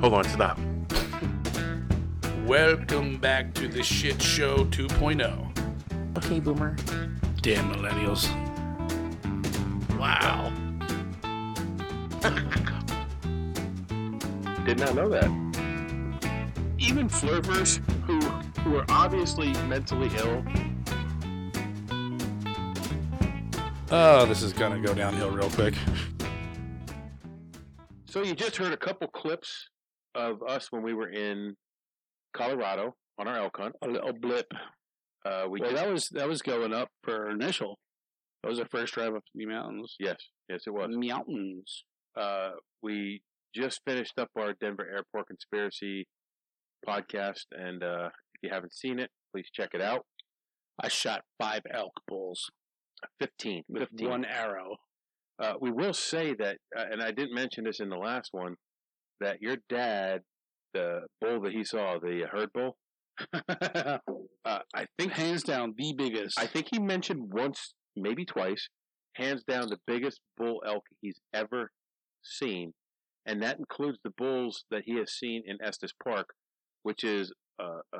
Hold on, stop. Welcome back to the shit show 2.0. Okay, boomer. Damn millennials. Wow. Did not know that. Even flirters who who are obviously mentally ill. Oh, this is gonna go downhill real quick. So you just heard a couple clips of us when we were in Colorado on our elk hunt. a little blip. Uh, we Well, just- that was that was going up for our initial. That was our first drive up to the mountains. yes, yes, it was. Mountains. Uh, we just finished up our Denver Airport conspiracy podcast, and uh, if you haven't seen it, please check it out. I shot five elk bulls 15, with 15. one arrow. Uh, we will say that, uh, and I didn't mention this in the last one, that your dad, the bull that he saw, the herd bull, uh, I think Hands down, the biggest. I think he mentioned once, maybe twice, hands down the biggest bull elk he's ever seen, and that includes the bulls that he has seen in Estes Park, which is uh, a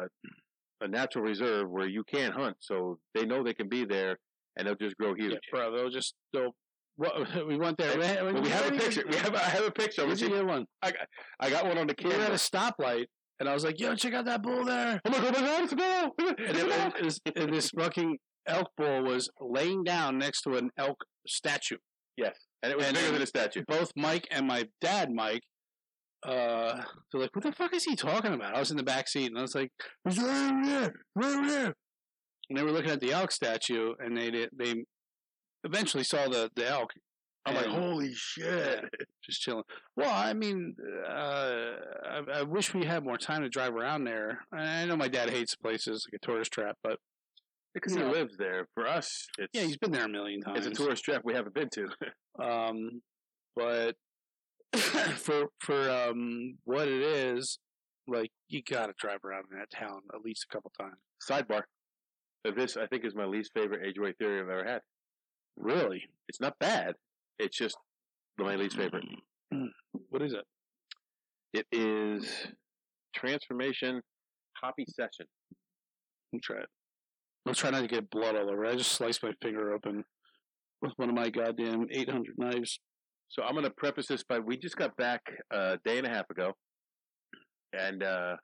a natural reserve where you can't hunt, so they know they can be there, and they'll just grow huge. yeah, bro. They'll just they'll. Well, we went there. Hey, well, we have a didn't picture. even- We have. I have a picture. I'm Here's gonna see- the other one. I got one on the We were at a camera. stoplight, and I was like, "Yo, check out that bull there!" Oh my god! Oh my god! It's a bull! And, It's a it, bull! and this, and this fucking elk bull was laying down next to an elk statue. And it was and- bigger than a statue. both Mike and my dad, Mike, uh, they're like, "What the fuck is he talking about?" I was in the back seat, and I was like, "It's right over there, right over there." And they were looking at the elk statue, and they did, they eventually saw the the elk. I'm like, and- holy shit! yeah, just chilling. Well, I mean, uh, I, I wish we had more time to drive around there. I I know my dad hates places like a tourist trap, but Because You he know. lives there. For us, it's yeah, he's been there a million times. it's a tourist trap we haven't been to. um, but for for um what it is, like you gotta drive around in that town at least a couple times. Sidebar. Uh, This, I think, is my least favorite age weight theory I've ever had. Really? It's not bad. It's just my least favorite. Mm. What is it? It is transformation copy session. Let me try it. I'll try not to get blood all over. I just sliced my finger open with one of my goddamn eight hundred knives. So I'm going to preface this by we just got back a day and a half ago, and uh,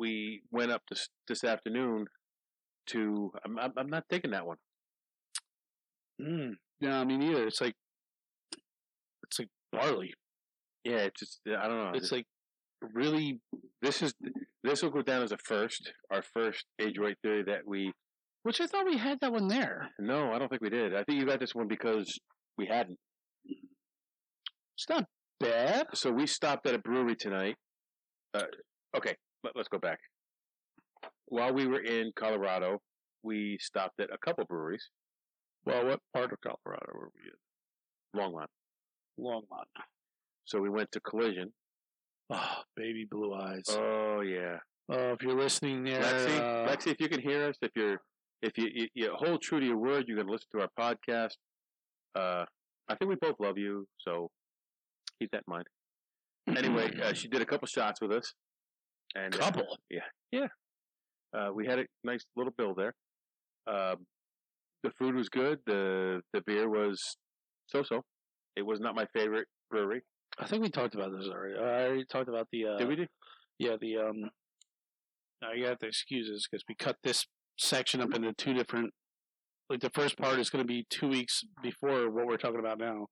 we went up this this afternoon to. I'm, I'm, I'm not taking that one. Mm. No, I mean neither. It's like it's like barley. Yeah, it's just I don't know. It's like really this is this will go down as a first, our first age weight theory that we. which I thought we had that one there. No, I don't think we did. I think you got this one because we hadn't. It's not bad. So we stopped at a brewery tonight. Uh, okay, let, let's go back. While we were in Colorado, we stopped at a couple breweries. Well, what part of Colorado were we in? Longmont. Longmont. So we went to Collision. Oh, baby blue eyes. Oh yeah, Oh, if you're listening there, Lexi, uh, Lexi, if you can hear us, if you're if you you, you hold true to your word, you can listen to our podcast. Uh, I think we both love you, so keep that in mind. Anyway, uh, she did a couple shots with us, and uh, couple. Uh, we had a nice little bill there. Um, the food was good. the The beer was so so. It was not my favorite brewery. I think we talked about this already. I already talked about the. Uh, Did we do? Yeah, the um. I got the excuses because we cut this section up into two different. Like the first part is going to be two weeks before what we're talking about now.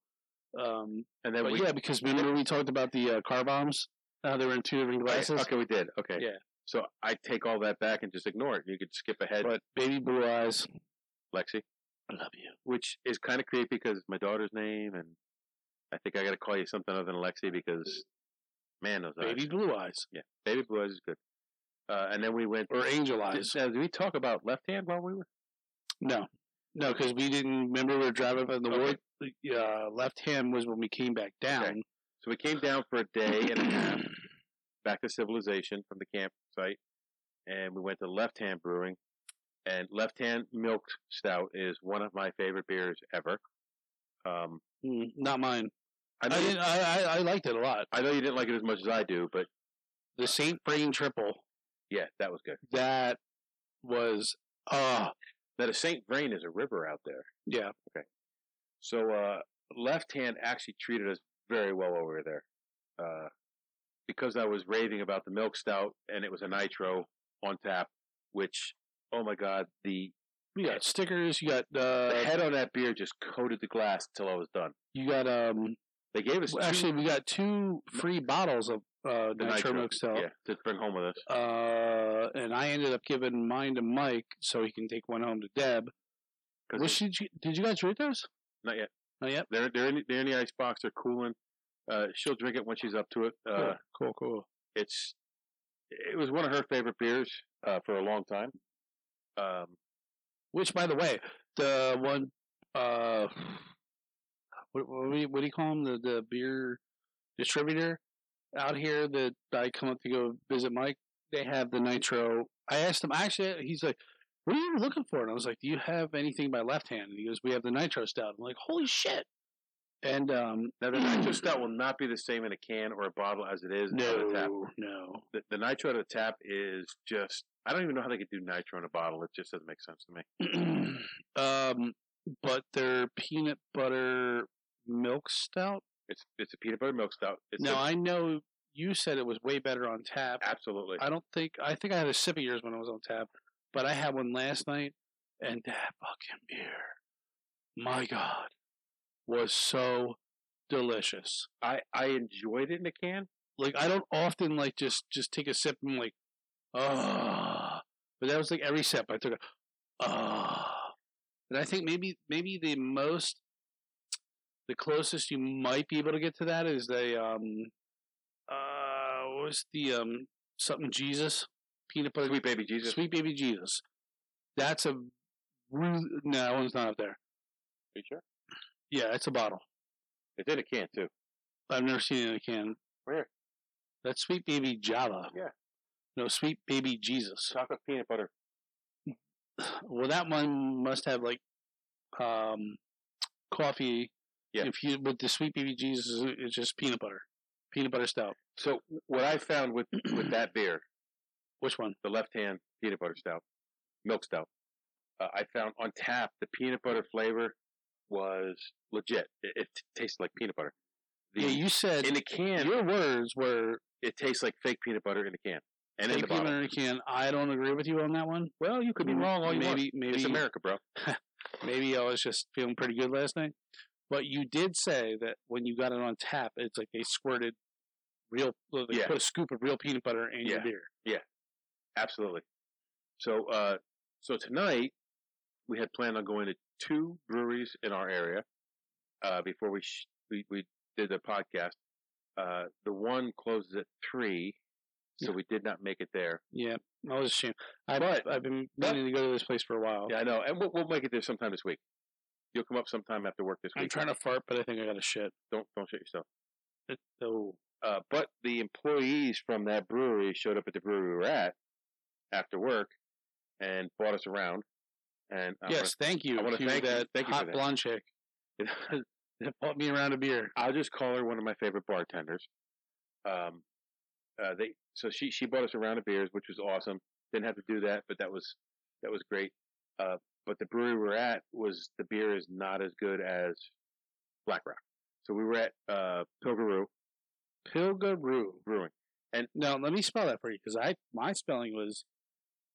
Um, And then but we yeah, because remember we talked about the uh, car bombs. How they were in two different I- glasses. okay, we did. Okay, Yeah. So I take all that back and just ignore it. You could skip ahead, But baby blue eyes, Lexi. I love you. which is kind of creepy because it's my daughter's name, and I think I got to call you something other than Lexi because, man, those eyes. Baby blue eyes baby blue eyes is good. Uh, and then we went. or angel eyes. Did, now, did we talk about left hand while we were? No, no, because we didn't remember we were driving up in the Okay. wood. the, Uh, left hand was when we came back down. So we came down for a day and a half back to civilization from the campsite, and we went to Left Hand Brewing. And Left Hand Milk Stout is one of my favorite beers ever. Um, Mm, not mine. I know, I you- didn't. I, I, I liked it a lot. I know you didn't like it as much as I do, but The Saint Brain triple. yeah, that was good. That was uh Now, the St. Vrain is a river out there. yeah. So uh, Left Hand actually treated us very well over there. Uh, because I was raving about the milk stout and it was a nitro on tap, which, oh my God, the, You got stickers. You got the uh, head on that beer just coated the glass till I was done. you got um. They gave us two- Actually, we got two free bottles of uh, the nitro milk stout. Yeah, to bring home with us. uh, and I ended up giving mine to Mike so he can take one home to Deb. 'Cause Which did you did you guys read those? Not yet. Not yet. They're they're in, they're in the ice box. They're cooling. Uh, she'll drink it when she's up to it. Uh, Oh, cool, cool. It's it was one of her favorite beers uh, for a long time. Um, Which, by the way, the one uh, what what do you, what do you call him? The the beer distributor out here that I come up to go visit Mike. They have the nitro. I asked him actually. He's like, "What are you looking for?" And I was like, "Do you have anything by left hand?" And he goes, "We have the nitro stout." I'm like, "Holy shit!" And um, now the nitro stout will not be the same in a can or a bottle as it is on the tap. no, no, The, the nitro to the tap is just I don't even know how they could do nitro in a bottle. It just doesn't make sense to me. um, but their peanut butter milk stout. It's it's a peanut butter milk stout. It's now a- I know you said it was way better on tap. absolutely. I don't think I think I had a sip of yours when I was on tap, but I had one last night, and that fucking beer, my god, was so delicious. I I enjoyed it in a can. Like I don't often like just just take a sip and like, ah, but that was like every sip I took a, ah, and I think maybe maybe the most, the closest you might be able to get to that is the um, uh, what was the um something Jesus peanut butter Sweet baby Jesus. Sweet Baby Jesus. That's a really, no, that one's not up there. Are you sure? Yeah, it's a bottle. It's in a can too. I've never seen it in a can. Where? That's Sweet Baby Java. Yeah. No, Sweet Baby Jesus. Chocolate peanut butter. Well, that one must have like um, coffee. Yeah. If you with the Sweet Baby Jesus, it's just peanut butter, peanut butter stout. So what I found with with that beer, Which one? the left hand peanut butter stout, milk stout, uh, I found on tap the peanut butter flavor was legit. It, it tasted like peanut butter. The, yeah, you said in the can, your words were it tastes like fake peanut butter in the can and in take the peanut bottle. Mm, butter in a can. I don't agree with you on that one. Well, you could be wrong all you maybe, want. Maybe It's America, bro. maybe I was just feeling pretty good last night. But you did say that when you got it on tap, it's like they squirted real, well, they Yeah. put a scoop of real peanut butter in your Yeah. beer. Absolutely. So, uh, so tonight we had planned on going to two breweries in our area uh, before we, sh- we we did the podcast. Uh, the one closes at three, so we did not make it there. Yeah, I was ashamed. I, But- I've been but- meaning to go to this place for a while. Yeah, I know, and we'll, we'll make it there sometime this week. You'll come up sometime after work this I'm week. trying to fart, but I think I got to shit. don't don't shit yourself. It, oh, Uh, but the employees from that brewery showed up at the brewery we were at after work and brought us around. And um, I wanna yes, thank you. I wanna to thank you- that thank you for hot that. blonde chick that bought me around a beer. I'll just call her one of my favorite bartenders. Um, uh, they so she she bought us a round of beers, which was awesome. Didn't have to do that, but that was that was great. Uh, but the brewery we're at was the beer is not as good as Black Rock. So we were at uh, Pilgaroo Pilgaroo. Brewing. Now let me spell that for you because I my spelling was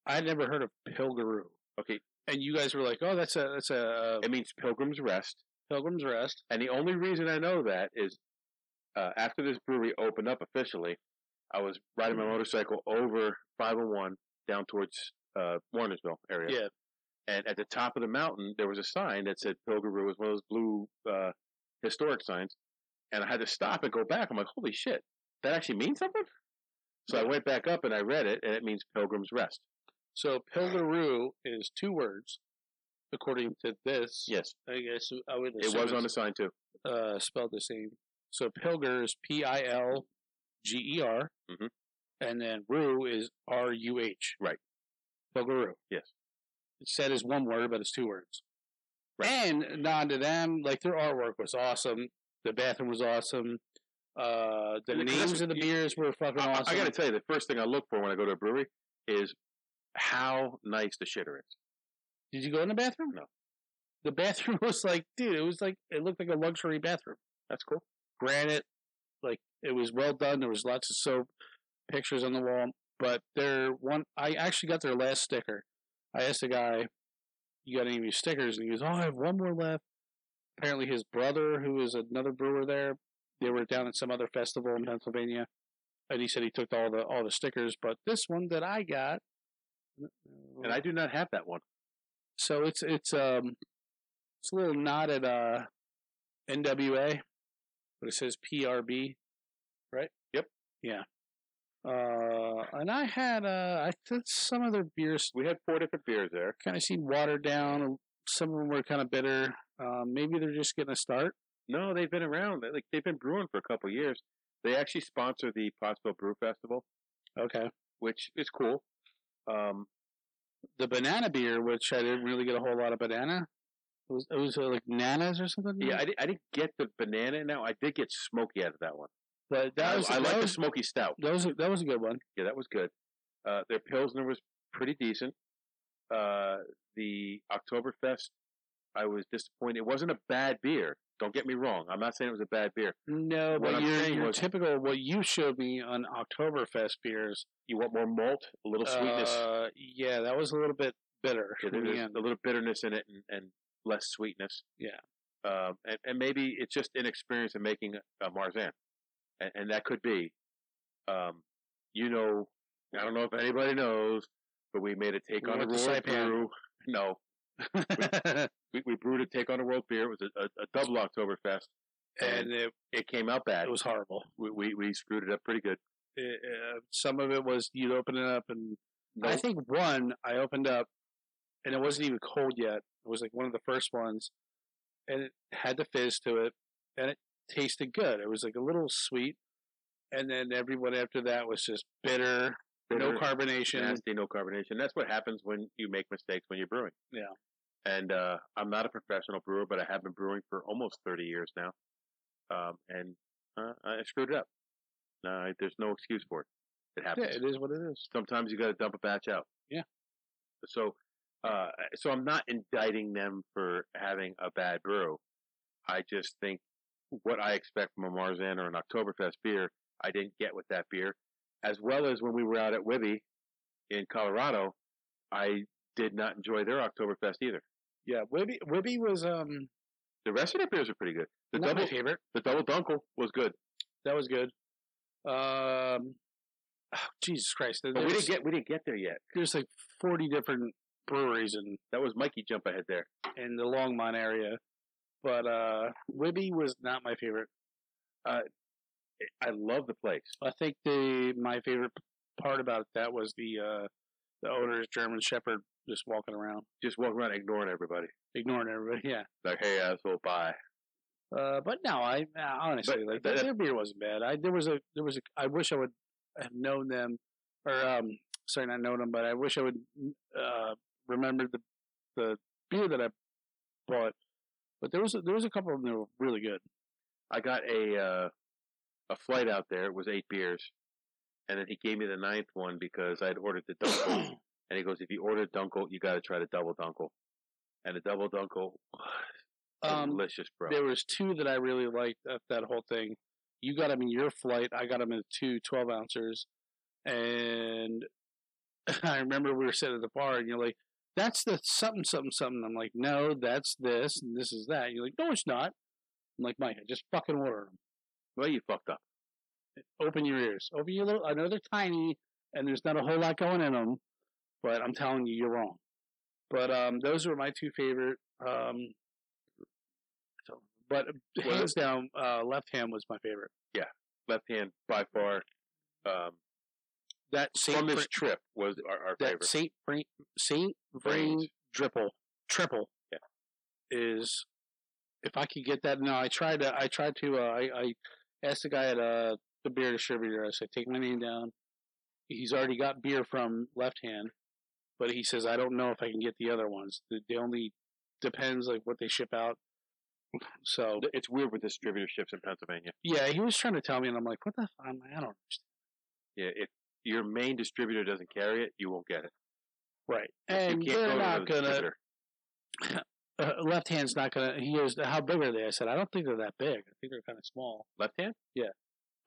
I would never heard of Pilgaroo. Okay, and you guys were like, "Oh, that's a that's a it means Pilgrim's Rest, Pilgrim's Rest." and the only reason I know that is uh, after this brewery opened up officially, I was riding my motorcycle over 501 down towards uh, Warnersville area. Yeah, And at the top of the mountain, there was a sign that said Pilgaroo was one of those blue uh, historic signs. And I had to stop and go back. I'm like, holy shit, that actually means something? So I went back up and I read it, and it means Pilgrim's Rest. So Pilgaroo is two words, according to this. Yes, I guess I would. it assume was on the it's, sign too. uh, spelled the same. So Pilger is P I L G E R, Mhm. and then Roo is R U H. Right. Pilgaroo. Yes. It's said as one word, but it's two words. Right. And nod to them, like their artwork was awesome. The bathroom was awesome. Uh, the Yeah, 'cause that's names of the what you- beers were fucking I- I- awesome. I got to tell you, the first thing I look for when I go to a brewery is how nice the shitter is. Did you go in the bathroom? No. The bathroom was like, dude, it was like it looked like a luxury bathroom. That's cool. Granite, like it was well done. There was lots of soap, pictures on the wall. But their one, I actually got their last sticker. I asked the guy, "You got any of your stickers?" And he goes, "Oh, I have one more left." Apparently, his brother, who is another brewer there, they were down at some other festival in Pennsylvania, and he said he took all the all the stickers, but this one that I got, And I do not have that one. so it's it's um it's a little nod at uh NWA, but it says PRB, right? Yep. Yeah. Uh, and I had uh, I think some of their beers We had four different beers there. kind of seemed watered down. Some of them were kind of bitter. Uh, um, maybe they're just getting a start. No, they've been around. Like they've been brewing for a couple years. They actually sponsor the Pottsville Brew Festival, Okay. which is cool. Um, The banana beer, which I didn't really get a whole lot of banana. It was it was uh, like nanas or something. yeah, I, di- I didn't get the banana. Now I did get smoky out of that one. but that I- was I, like that the was, smoky stout. that was a, that was a good one. Yeah, that was good. Uh, their Pilsner was pretty decent. Uh, the Oktoberfest, I was disappointed. It wasn't a bad beer. Don't get me wrong. I'm not saying it was a bad beer. No, What but I'm your, saying your was- typical what you showed me on Oktoberfest beers. You want more malt, a little sweetness. Uh, yeah, that was a little bit bitter. Yeah, in the there's end. a little bitterness in it and, and less sweetness. Yeah. Um, and, and maybe it's just inexperience in making a Marzan. And, and that could be. Um, you know, I don't know if anybody knows, but we made a take We on a went to world Saipan. brew. No. we, we brewed a take on a world beer. It was a, a, a double Oktoberfest. and it, It came out bad. it was horrible. we, we, we screwed it up pretty good. It, uh, some of it was you'd open it up, and No, I think one I opened up, and it wasn't even cold yet. It was like one of the first ones, and it had the fizz to it, and it tasted good. It was like a little sweet, and then everyone after that was just bitter, bitter. no carbonation. nasty, no carbonation. That's what happens when you make mistakes when you're brewing. Yeah. And uh, I'm not a professional brewer, but I have been brewing for almost 30 years now, um, and uh, I screwed it up. Uh, there's no excuse for it. It Yeah, happens. it is what it is. Sometimes you got to dump a batch out. Yeah. So, uh, so I'm not indicting them for having a bad brew. I just think what I expect from a Marzan or an Oktoberfest beer, I didn't get with that beer. As well as when we were out at Wibby in Colorado, I did not enjoy their Oktoberfest either. Yeah, Wibby Wibby was um The rest of their beers are pretty good. The not double my favorite. the double dunkel was good, That was good. Um, oh, Jesus Christ, there- but we there's, didn't get we didn't get there yet. there's like forty different breweries in That was Mikey jump ahead there. in the Longmont area, but uh, Wibby was not my favorite. Uh, I love the place. I think the my favorite part about that was the uh, the owner's German Shepherd just walking around, Just walk around ignoring everybody. ignoring everybody. Yeah, Like, hey asshole, bye. Uh, but no, I uh, honestly But like that- their beer wasn't bad. I there was a there was a I wish I would have known them or um sorry not known them, but I wish I would uh remembered the the beer that I bought. But there was a, there was a couple of them that were really good. I got a uh, a flight out there. It was eight beers, and then he gave me the ninth one because I'd ordered the dunkel. and he goes, "If you order dunkel, you got to try the double dunkel." And the double dunkel was Um, delicious, bro. there was two that I really liked of that whole thing. You got them in your flight. I got them in two 12 ounces. And I remember we were sitting at the bar and you're like, that's the something, something, something. I'm like, no, that's this and this is that. You're like, no, it's not. I'm like, Mike, I just fucking ordered them. well, you fucked up. Open your ears. Open your little, I know they're tiny and there's not a whole lot going in them, but I'm telling you, you're wrong. But um, those were my two favorite. Um, so- but Well, hands down, uh, left hand was my favorite. Left hand by far um, That Saint from this Fran- trip was our, our that favorite. Saint Fran- Saint Vrain Brains. triple triple Yeah. is if I could get that. No, I tried to. I tried to. Uh, I, I asked the guy at uh, the beer distributor. I said, "Take my name down." He's already got beer from Left Hand, but he says, "I don't know if I can get the other ones. They, they only depends like what they ship out." So It's weird with distributorships in Pennsylvania. yeah, he was trying to tell me, and I'm like, what the? F-? I'm like, I don't understand. Yeah, if your main distributor doesn't carry it, you won't get it. Right, You and can't go they're to not another gonna. distributor. Uh, left hand's not gonna. He goes, how big are they? I said, I don't think they're that big. I think they're kind of small. Left hand? Yeah.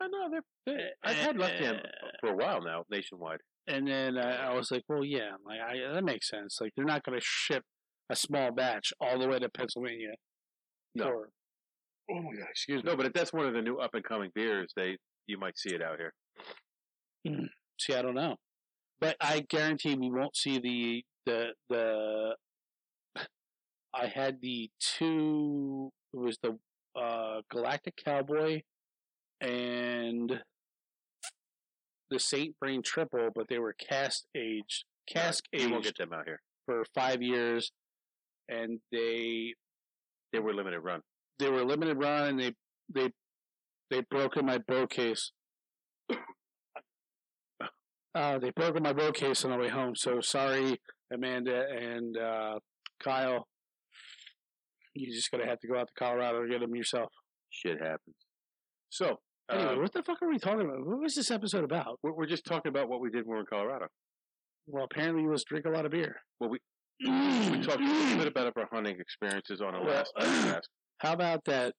I know they're. Eh, they're I've had left hand for a while now, nationwide. And then uh, I was like, well, yeah, I'm like I, that makes sense. Like they're not going to ship a small batch all the way to Pennsylvania. No. Or, oh my god, excuse me. No, but if that's one of the new up and coming beers, they you might see it out here. See, I don't know, but I guarantee we won't see the the the. I had the two. It was the uh, Galactic Cowboy and the Saint Brain Triple, but they were cast aged, cask You won't aged get them out here. for five years, and they They were limited run. they were limited run and they they they broke in my bow case. Uh, they broke in my bow case on the way home. So sorry, Amanda and uh, Kyle. You're just gonna have to go out to Colorado and get them yourself. uh, Shit happens. So Anyway, um, what the fuck are we talking about? What was this episode about? we're, we're just talking about what we did when we were in Colorado. Well, apparently you was drink a lot of beer. Well, we we talked a little bit about our hunting experiences on our Well, last podcast. How about that?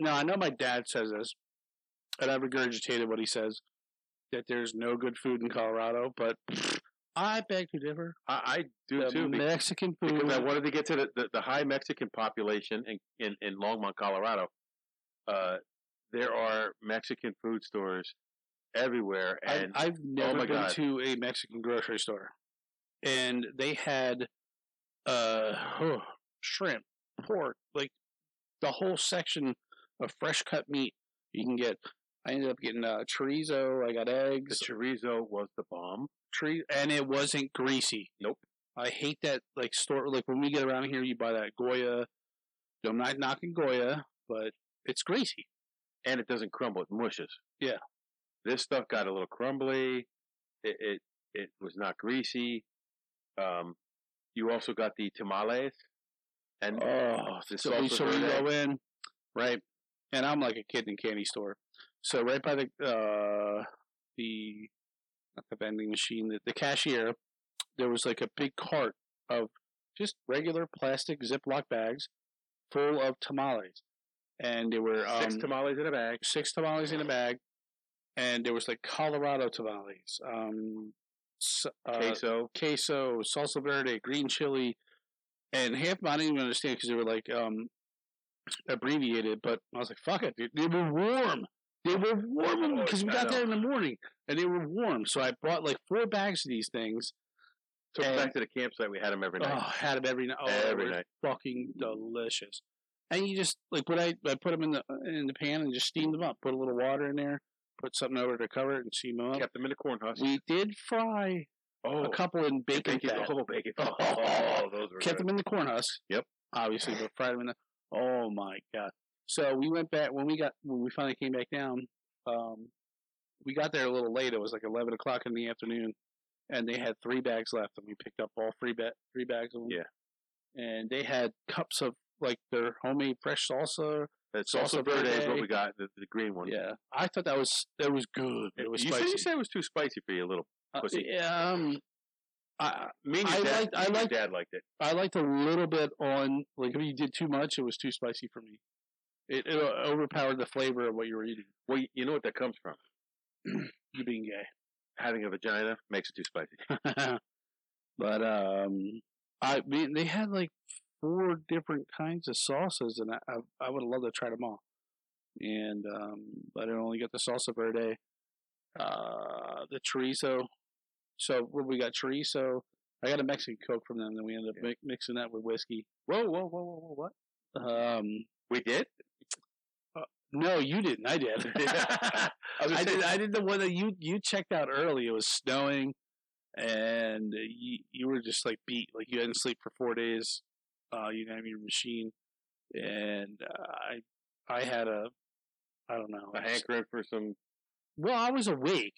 now, I know my dad says this, and I've regurgitated what he says that there's no good food in Colorado, but I beg to differ. I, I do The too. be- Mexican food. because I wanted to get to the, the, the high Mexican population in, in, in Longmont, Colorado. Uh, there are Mexican food stores everywhere, I- and oh I've never my been God. to a Mexican grocery store, and they had uh, shrimp, pork, like the whole section of fresh cut meat you can get. I ended up getting uh, chorizo. I got the eggs. chorizo was the bomb. tree and it wasn't greasy. Nope. I hate that like store like when we get around here you buy that Goya. I'm not knocking Goya, but it's greasy. and it doesn't crumble; it mushes. Yeah. this stuff got a little crumbly. It it, it was not greasy. Um, you also got the tamales, and Oh, the so we, salsa so we verde. go in, right? And I'm like a kid in a candy store. So right by the uh the not the vending machine, the, the cashier, there was like a big cart of just regular plastic Ziploc bags full of tamales. And they were um, six tamales in a bag. six tamales in a bag, and there was like Colorado tamales, um, s- uh, queso. queso. salsa verde, green chili, and half of them I didn't even understand because they were like um, abbreviated. But I was like, "Fuck it, dude. they were warm. They were warm Oh, because we I got know. there in the morning and they were warm." So I bought like four bags of these things. Took them and- back to the campsite. We had them every Oh, night. had them every night. Oh, they every were night. fucking delicious. And you just like what I I put them in the uh, in the pan and just steamed them up. Put a little water in there, put something over to cover it, and steam them up. Kept them in the corn husk. We did fry oh, a couple in bacon bacon. fat. Oh, bacon. Oh, Oh, oh, oh, those were Kept good. them in the corn husk. Yep. Obviously, but fried them in the. Oh my god! So we went back when we got when we finally came back down. Um, we got there a little late. It was like eleven o'clock in the afternoon, and they had three bags left, and we picked up all three ba- three bags of them. Yeah. And they had cups of like their homemade fresh salsa. That salsa salsa verde is what verde. we got. The, the green one. Yeah, I thought that was that was good. but It was you spicy. said you said it was too spicy for you, a little. Uh, pussy. yeah, um, I Me and your I dad, liked- I me and your liked- dad liked it. I liked a little bit on like if you did too much, it was too spicy for me. It, it overpowered the flavor of what you were eating. Well, you- you know what that comes from. You being gay. having a vagina makes it too spicy. but um, I mean, they had like four different kinds of sauces, and I I, I would have loved to try them all. And um, but I only got the salsa verde, uh, the chorizo. So what we got chorizo. I got a Mexican Coke from them, then we ended up mi- mixing that with whiskey. Whoa, whoa, whoa, whoa, whoa, what? Um, We did? Uh, no, you didn't. I did. I was gonna I say, did. I did the one that you you checked out early. It was snowing, and you you were just like beat. Like you hadn't slept for four days. Uh, you didn't have your machine, and uh, I I had a I don't know. a hankering for some. Well, I was awake,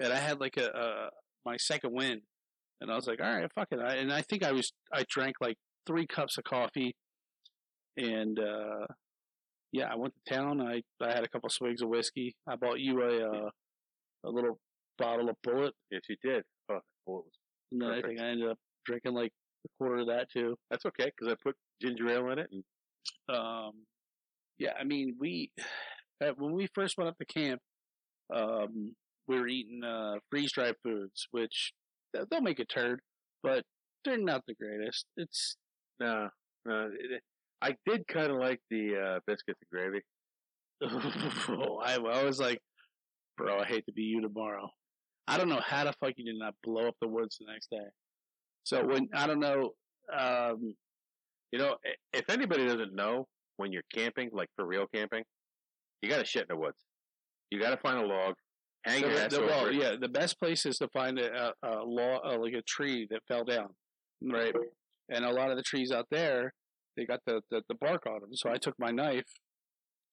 and I had like a, a my second win, and I was like, all right, fuck it. I, and I think I was I drank like three cups of coffee, and uh, yeah, I went to town. I I had a couple swigs of whiskey. I bought you a uh, a little bottle of Bullet. Yes, you did. Oh, well, it was- And then I think I ended up drinking like a quarter of that too. that's okay because I put ginger ale in it, and Um, yeah, I mean, we uh, when we first went up to camp, um, we were eating uh, freeze dried foods, which th- they'll make a turd, but they're not the greatest. It's no, no, it, I did kind of like the uh, biscuits and gravy. Oh, I, I was like, bro, I hate to be you tomorrow. I don't know how the fuck you did not blow up the woods the next day. So when I don't know, um, You know, i- if anybody doesn't know, when you're camping, like for real camping, you got to shit in the woods. You got to find a log, hang the, your ass the- over well, it. yeah, the best place is to find a, a, a law, uh like a tree that fell down, right? And a lot of the trees out there, they got the, the, the bark on them. So I took my knife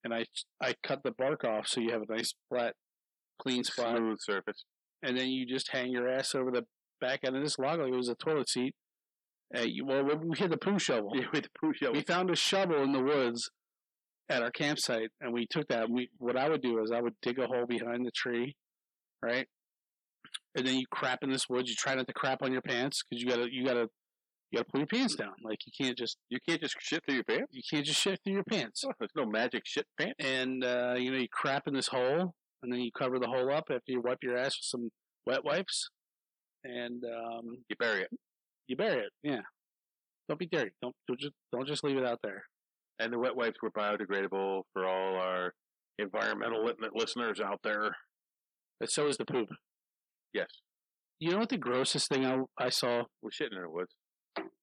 and I I cut the bark off, so you have a nice flat, clean spot. smooth surface. and then you just hang your ass over the back end of this log like it was a toilet seat. Uh, you, well, we- we had the poo shovel. Yeah, with the poo shovel. We found a shovel in the woods at our campsite, and we took that. We what I would do is I would dig a hole behind the tree, right, and then you crap in this woods. You try not to crap on your pants because you gotta you gotta you gotta pull your pants down. Like you can't just You can't just shit through your pants. you can't just shift through your pants. There's no magic shit pants. And uh, you know you crap in this hole, and then you cover the hole up after you wipe your ass with some wet wipes, and um, You bury it. you bury it. Yeah. Don't be dirty. Don't don't just don't just leave it out there. And the wet wipes were biodegradable for all our environmental lit- listeners out there. But so is the poop. Yes, You know what the grossest thing I, I saw? we're shitting in the woods.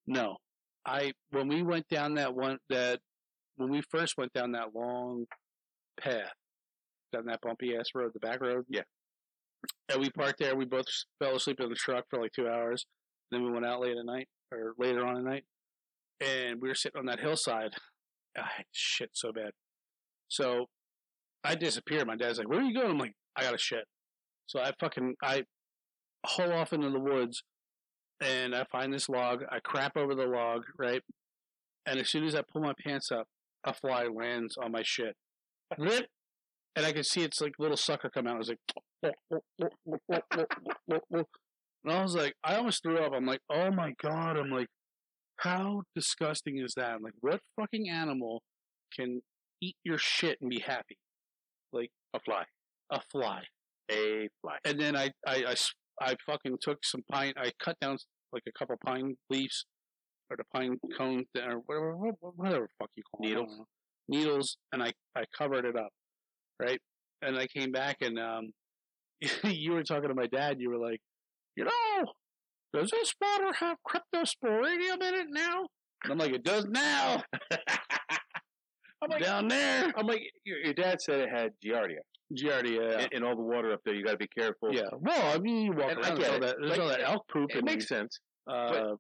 No, I when we went down that one that when we first went down that long path down that bumpy ass road, the back road. Yeah. And we parked there. We both fell asleep in the truck for like two hours. Then we went out late at night or later on at night, and we were sitting on that hillside. I had shit so bad. So I disappeared. My dad's like, "Where are you going?" I'm like, "I got to shit." So I fucking I hole off into the woods, and I find this log. I crap over the log, right? And as soon as I pull my pants up, a fly lands on my shit. Rip! And I could see its like little sucker come out. I was like, and I was like, I almost threw up. I'm like, oh my god! I'm like, how disgusting is that? I'm like, what fucking animal can eat your shit and be happy? Like A fly. a fly A fly. and then I, I, I s- I fucking took some pine. I cut down like a couple pine leaves or the pine cone th- or whatever, wha- wha- whatever the fuck you call 'em, I don't Needles. know. Needles, and I, I covered it up, right? And I came back and um, you were talking to my dad. You were like, you know, does this water have cryptosporidium in it now? And I'm like, it does now. I'm like, down there. I'm like your, your dad said it had giardia. Giardia. And, and all the water up there, you got to be careful. yeah. Well, I mean, you walk And I around. There's get all it. that, there's Like, all that elk poop. It and, makes sense. uh,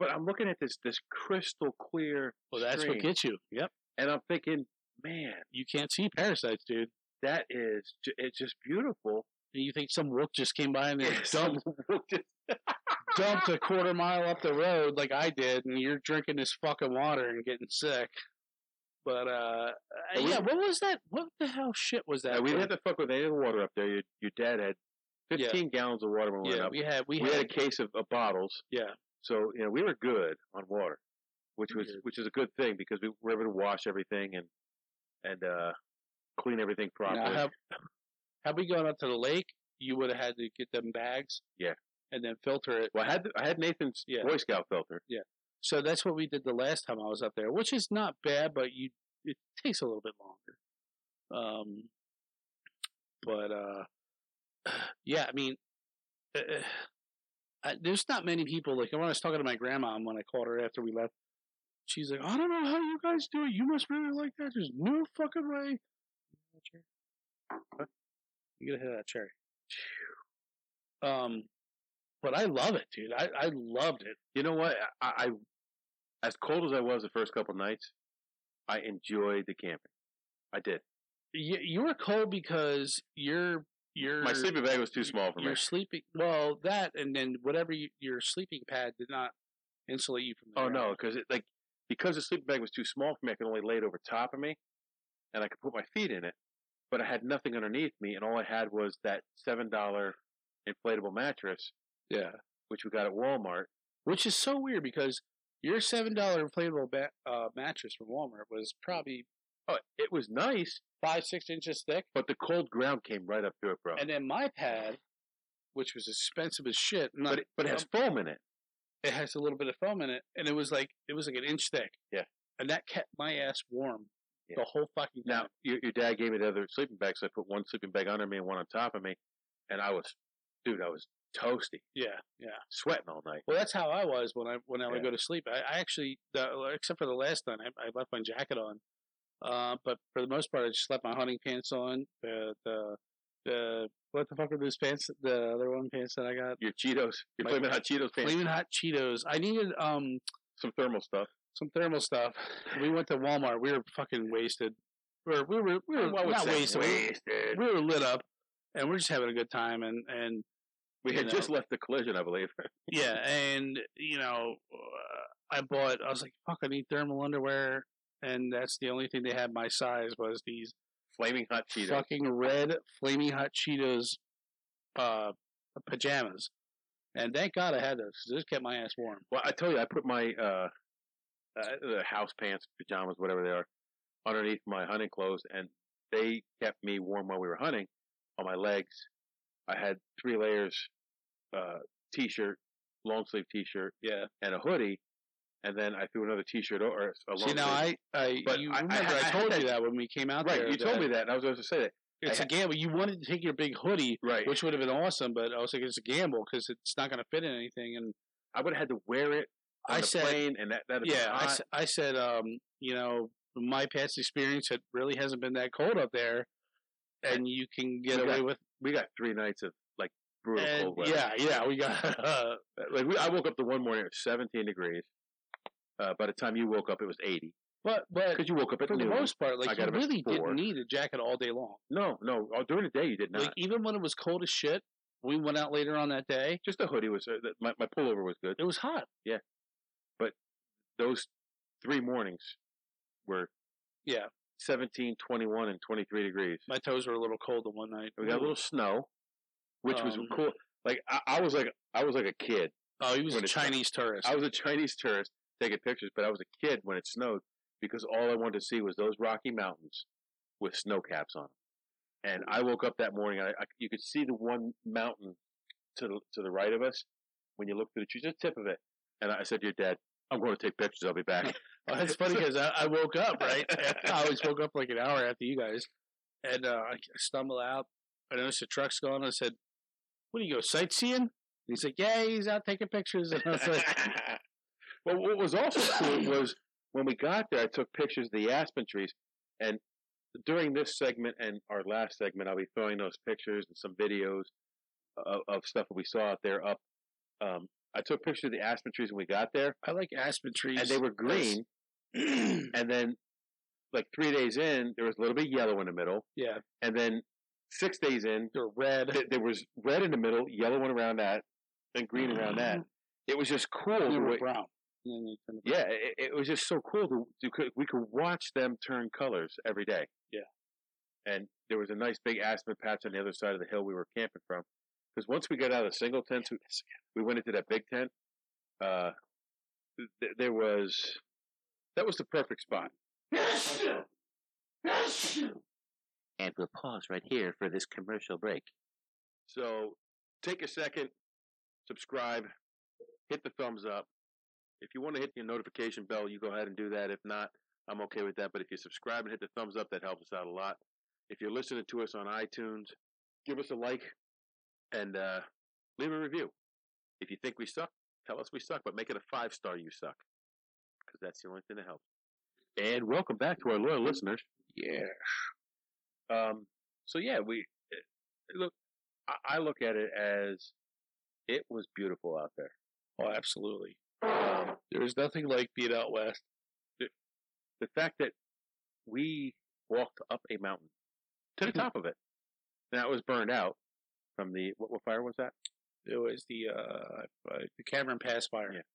But I'm looking at this this crystal clear. Well, that's stream, what gets you. Yep. And I'm thinking, man, You can't see parasites, dude. that is ju- it's just beautiful. And you think some wolf just came by and they Some dumped, dumped a quarter mile up the road like I did, and you're drinking this fucking water and getting sick. But uh, Yeah, we- yeah, what was that? What the hell shit was that? Yeah, we thing? didn't have to fuck with any of the water up there. Your, your dad had 15 gallons of water when we went yeah, up. we had we, We had, had a case of, of bottles, yeah. so you know we were good on water, which was Good. which is a good thing because we were able to wash everything and and uh, clean everything properly. Now, have, have we gone up to the lake? You would have had to get them bags. Yeah. And then filter it. well, I had I had Nathan's Yeah. Boy Scout filter. So that's what we did the last time I was up there, which is not bad, but you it takes a little bit longer. Um, but uh, yeah, I mean, uh, I, there's not many people. Like when I was talking to my grandma when I called her after we left, she's like, "I don't know how you guys do it. You must really like that. There's no fucking way." Huh? You gotta hit that cherry. Um, but I love it, dude. I, I loved it. You know what? I, I as cold as I was the first couple nights, I enjoyed the camping. I did. you, you were cold because you're you're My sleeping bag was too small for me. You're sleeping well that and then whatever you, your sleeping pad did not insulate you from the Oh ground. no, because like because the sleeping bag was too small for me, I could only lay it over top of me, and I could put my feet in it. But I had nothing underneath me, and all I had was that seven dollar inflatable mattress, Yeah. which we got at Walmart. Which is so weird because your $7 inflatable ba- uh, mattress from Walmart was probably Oh, it was nice, five, six inches thick. but the cold ground came right up through it, bro. And then my pad, which was expensive as shit, not, but it, but it has foam in it. it has a little bit of foam in it, and it was like it was like an inch thick. Yeah. and that kept my ass warm Yeah. the whole fucking time. Now, your, your dad gave me the other sleeping bag, so I put one sleeping bag under me and one on top of me, and I was, dude, I was toasty, yeah, yeah. sweating all night. Well, that's how I was when I when I would Yeah. go to sleep. I, I actually, the, except for the last night, I, I left my jacket on. Uh, but for the most part, I just left my hunting pants on. The the the what the fuck are those pants? The other one pants that I got. Your Cheetos, your My- flaming hot Cheetos pants, Flaming hot Cheetos. I needed um some thermal stuff. some thermal stuff. We went to Walmart. We were fucking wasted. We were we were we were Well, I would Hmm, not say wasted. we were- wasted. we were lit up and we're just having a good time and and We you had know. just left the collision, I believe. yeah and you know uh, i bought i was like fuck i need thermal underwear and that's the only thing they had my size was these Flaming hot Cheetos. fucking red flaming hot cheetos uh pajamas and thank god i had those 'cause those kept my ass warm Well, I tell you, I put my uh, uh, the house pants, pajamas, whatever they are, underneath my hunting clothes, and they kept me warm while we were hunting. On my legs, I had three layers: uh, t-shirt, long sleeve t-shirt, yeah and a hoodie. And then I threw another t-shirt o- or a long. see now sleeve. i i But you I- I remember had- i, I had told you that- that when we came out there right, you told that me that, and I was going to say that. it's I a gamble you wanted to take your big hoodie Right, which would have been awesome but i was like it's a gamble because it's not going to fit in anything and I would have had to wear it on i the said plane, and that that yeah, I, s- I said, um, you know, my past experience it really hasn't been that cold up there, and you can get Yeah. away with. we got three nights of like brutal and cold weather. yeah, yeah, we got. Uh, Like we, I woke up the one morning at 17 degrees. Uh, by the time you woke up, it was 80. but but Because you woke up at for the noon. most part, I like got you up at really four. didn't need a jacket all day long. no, no. oh, During the day, you did not. Like even when it was cold as shit, we went out later on that day. Just a hoodie was uh, th- my my pullover was good. It was hot. Those three mornings were Yeah, 17, 21, and 23 degrees. my toes were a little cold the one night. We got a little snow, which was Um, cool. Like I, I was like I was like a kid. Oh, he was a when it snowed. Chinese tourist. I was a Chinese tourist taking pictures, but I was a kid when it snowed because all I wanted to see was those Rocky Mountains with snow caps on 'em. And I woke up that morning, and I, I, you could see the one mountain to the, to the right of us when you look through the trees, just the tip of it. And I said to your dad, "I'm going to take pictures. I'll be back." Oh, that's funny because I, I woke up right. I always woke up like an hour after you guys, and uh, I stumble out. I noticed the truck's gone. I said, "What do you go sightseeing?" And he's like, "Yeah, he's out taking pictures." And I was like, well, what was also cool was when we got there, I took pictures of the aspen trees. And during this segment and our last segment, I'll be throwing those pictures and some videos of, of stuff that we saw out there up. Um, I took pictures of the aspen trees when we got there, "I like aspen trees." and they were green. And then, like three days in, there was a little bit of yellow in the middle. yeah, And then six days in, they're red. th- there was red in the middle, yellow one around that, and green around that. It was just cool. Mm. They the were way- brown. And then they turned to- yeah, it, it was just so cool to, to could, we could watch them turn colors every day. Yeah. and there was a nice big aspen patch on the other side of the hill we were camping from. Because once we got out of the single tent, we, we went into that big tent. Uh, th- th- there was that was the perfect spot. And we'll pause right here for this commercial break. So take a second, subscribe, hit the thumbs up. If you want to hit the notification bell, you go ahead and do that. If not, I'm okay with that. But if you subscribe and hit the thumbs up, that helps us out a lot. If you're listening to us on iTunes, give us a like and uh, leave a review. If you think we suck, tell us we suck, but make it a five star you suck because that's the only thing that helps. And welcome back to our loyal listeners. yeah. Um, so yeah, we eh, look. I, I look at it as it was beautiful out there. Oh, absolutely. There's nothing like being out west. The fact that we walked up a mountain to Mm-hmm. the top of it, and that was burned out from the what, what fire was that? It was the uh, uh, the Cameron Pass fire. Yeah.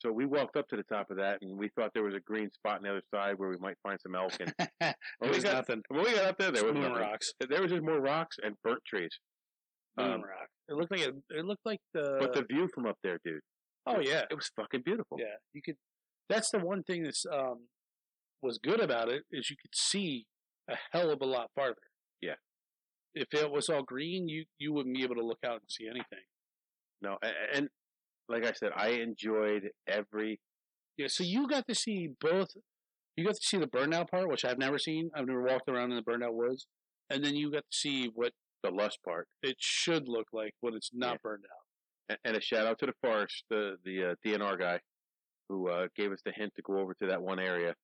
So we walked up to the top of that, and we thought there was a green spot on the other side where we might find some elk. And there when, we was got, nothing. when we got up there, there was Moon nothing. rocks. There was just more rocks and burnt trees. Moon Um, rock. It looked like it, it looked like the, but the view from up there, dude, uh, Oh yeah, it was fucking beautiful. yeah. You could. That's the one thing that's um was good about it is you could see a hell of a lot farther. Yeah. If it was all green, you you wouldn't be able to look out and see anything. No, and, and like I said, I enjoyed every. Yeah, so you got to see both. You got to see the burnout part, which I've never seen. I've never walked around in the burnout woods, and then you got to see what The lust part, it should look like when it's not Yeah. burned out. A- and a shout out to the forest, the the uh, DNR guy, who uh, gave us the hint to go over to that one area,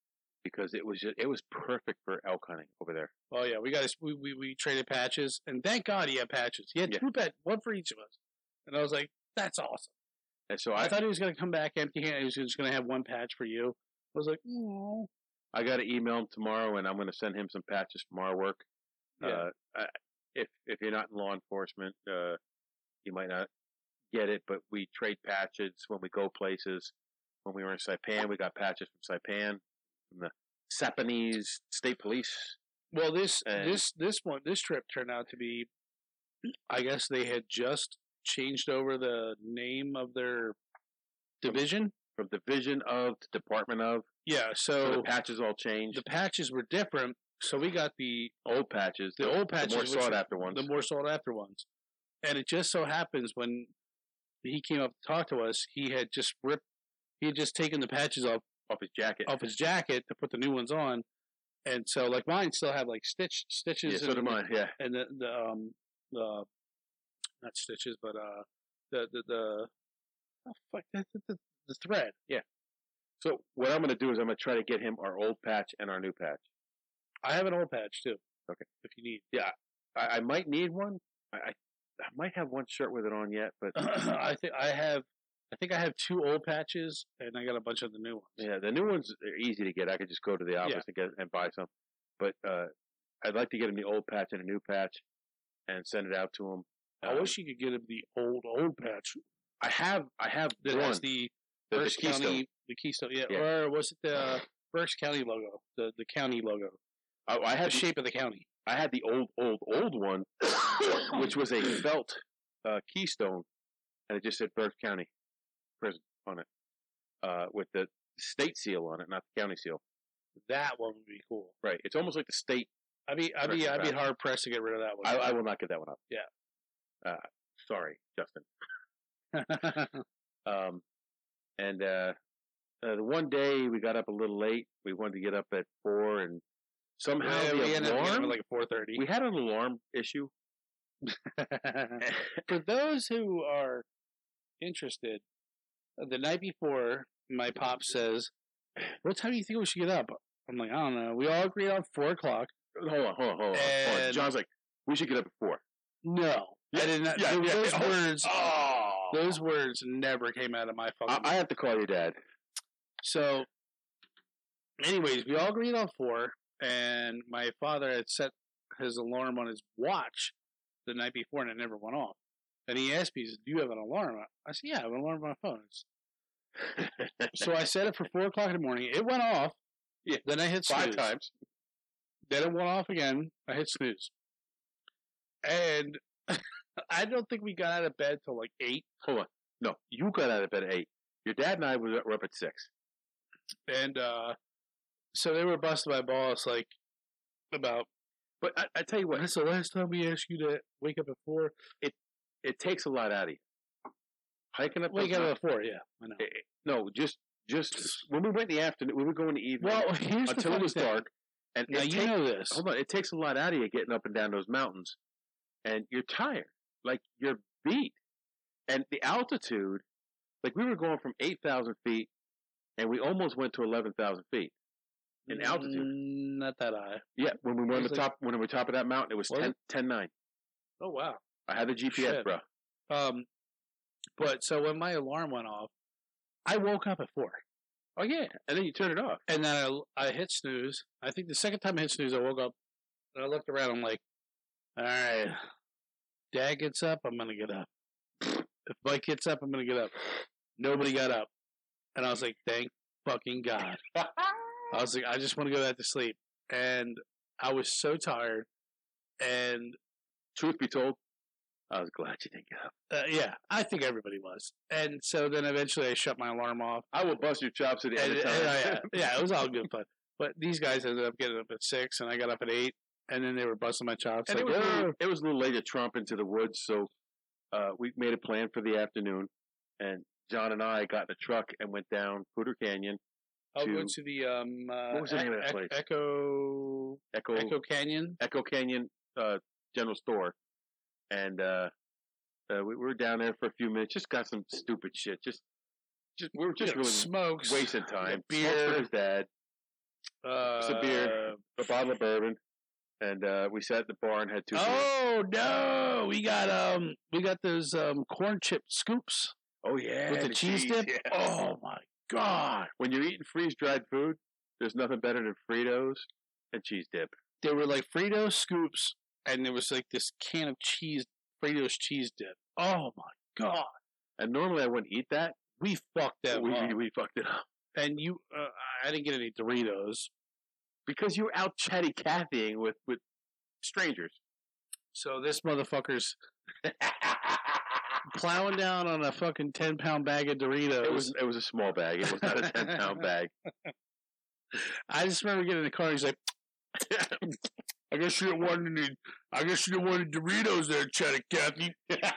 because it was just, it was perfect for elk hunting over there. Oh yeah, we got to, we, we we traded patches, and thank God he had patches. He had Yeah. two pet, one for each of us, and I was like, "That's awesome." And so I, I, thought he was going to come back empty-handed. He was just going to have one patch for you. I was like, "Oh, I got to email him tomorrow, and I'm going to send him some patches from our work. Yeah. Uh, I, if if you're not in law enforcement, uh, you might not get it, but we trade patches when we go places. When we were in Saipan, we got patches from Saipan, from the Saipanese State Police. Well, this And- this this one this trip turned out to be, I guess they had just changed over the name of their division. From division of to department of, Yeah, so so the patches all changed. the patches were different. So we got the old patches, the old patches, the more which sought were after ones. the more sought after ones, and it just so happens when he came up to talk to us, he had just ripped, he had just taken the patches off off his jacket. off his jacket to put the new ones on, and so like mine still have like stitch yeah, stitches. so do and- mine. Yeah, and the the um the not stitches, but uh the the the oh, fuck the, the- the, the thread. yeah. So what I'm going to do is I'm going to try to get him our old patch and our new patch. I have an old patch too. Okay. if you need, I, I might need one. I, I I might have one shirt with it on yet, but I think I have. I think I have two old patches, and I got a bunch of the new ones. yeah, the new ones are easy to get. I could just go to the office and get and buy some. But uh, I'd like to get him the old patch and a new patch, and send it out to him. I Um, wish you could get him the old old patch I have I have that one. has The- the the Berks Keystone. County, the Keystone, yeah, Yeah. or was it the uh, Berks County logo, the the county logo, I, I the had the, shape of the county? I had the old old old one, which was a felt uh, keystone, and it just said Berks County Prison on it, uh, with the state seal on it, not the county seal. That one would be cool. Right. It's almost like the state. I'd be I'd be Berks I'd be County. hard pressed to get rid of that one. I, I will not get that one up. Yeah. Uh, sorry, Justin. Um, and uh, uh, the one day we got up a little late. We wanted to get up at four, and somehow Yeah, we the ended up getting alarm. up at like four thirty. we had an alarm issue. For those who are interested, uh, the night before, my pop says, "What time do you think we should get up?" I'm like, "I don't know." We all agreed on four o'clock. Hold on, hold on, hold on, hold on. And- John's like, we should get up at four. No, I did not. yeah, those yeah, those yeah. Oh, words, Oh, those words never came out of my fucking. I, I have to call your dad. So, anyways, we all agreed on four, and my father had set his alarm on his watch the night before, and it never went off. And he asked me, he said, "Do you have an alarm?" I- I said, "Yeah, I have an alarm on my phone." so I set it for four o'clock in the morning. It went off. Yeah. Then I hit Five snooze. times. Then it went off again. I hit snooze. And I don't think we got out of bed till like eight. Hold on. No, you got out of bed at eight. Your dad and I were were up at six. And uh, so they were busting my balls like about But I, I tell you Well, what, that's the last time we asked you to wake up at four. it takes a lot out of you. Hiking up. Wake those up mountains- at four, yeah, I know. Eh, No, just just when we went in the afternoon, we would go in the evening Well, here's the until it funny was thing. dark. And Now it you take- know this. hold on, it takes a lot out of you getting up and down those mountains, and you're tired, like you're beat, and the altitude, like we were going from eight thousand feet, and we almost went to eleven thousand feet in altitude. Mm, not that high. Yeah, when we were on the It was like- top, when we were top of that mountain, it was Was 10, 10 9. Oh wow. I had the GPS, Shit. bro. Um, but so when my alarm went off, I woke up at four, Oh yeah, and then you turn it off. and then I, I hit snooze. I think the second time I hit snooze, I woke up and I looked around. I'm like, all right, Dad gets up, I'm gonna get up. If Mike gets up, I'm gonna get up. Nobody got up. And I was like, thank fucking God. I was like, I just want to go back to sleep. And I was so tired. And Truth be told, I was glad you didn't get up. uh, yeah, I think everybody was. And so then eventually I shut my alarm off. I will bust your chops at the end And- of time. and I- yeah, it was all good fun. But these guys ended up getting up at six, and I got up at eight, and then they were busting my chops. and it like, was, a "Whoa." little, it was a little late to tromp into the woods, so uh, we made a plan for the afternoon. And John and I got in a truck and went down Hooter Canyon, I'll go to- to the um. Uh, What was the E- name of that E- place? Echo Echo Echo, Echo Canyon. Canyon uh, General Store, and uh, uh, we, we were down there for a few minutes. Just got some stupid shit. Just, just we were just Yeah, really smokes wasting time. beer. Smoked with his dad, Uh, some beer. a bottle of bourbon, and uh, we sat at the bar and had two. beers. Oh no, we got um, we got those um corn chip scoops Oh, yeah, with the, the cheese, dip. yeah. Oh my god, When you're eating freeze dried food, there's nothing better than Fritos and cheese dip. they were like Frito scoops, and there was like this can of cheese, Frito's cheese dip. Oh my god, And normally I wouldn't eat that. we fucked but that we, up. we, we fucked it up. and you, uh, I didn't get any Doritos, Because you were out chatty Cathying with, with strangers. so this motherfucker's plowing down on a fucking ten pound bag of Doritos. It was it was a small bag. It was not a ten pound bag. I just remember getting in the car. and He's like, "I guess you didn't want any. I guess you didn't want any Doritos there, Cheddar Kathy."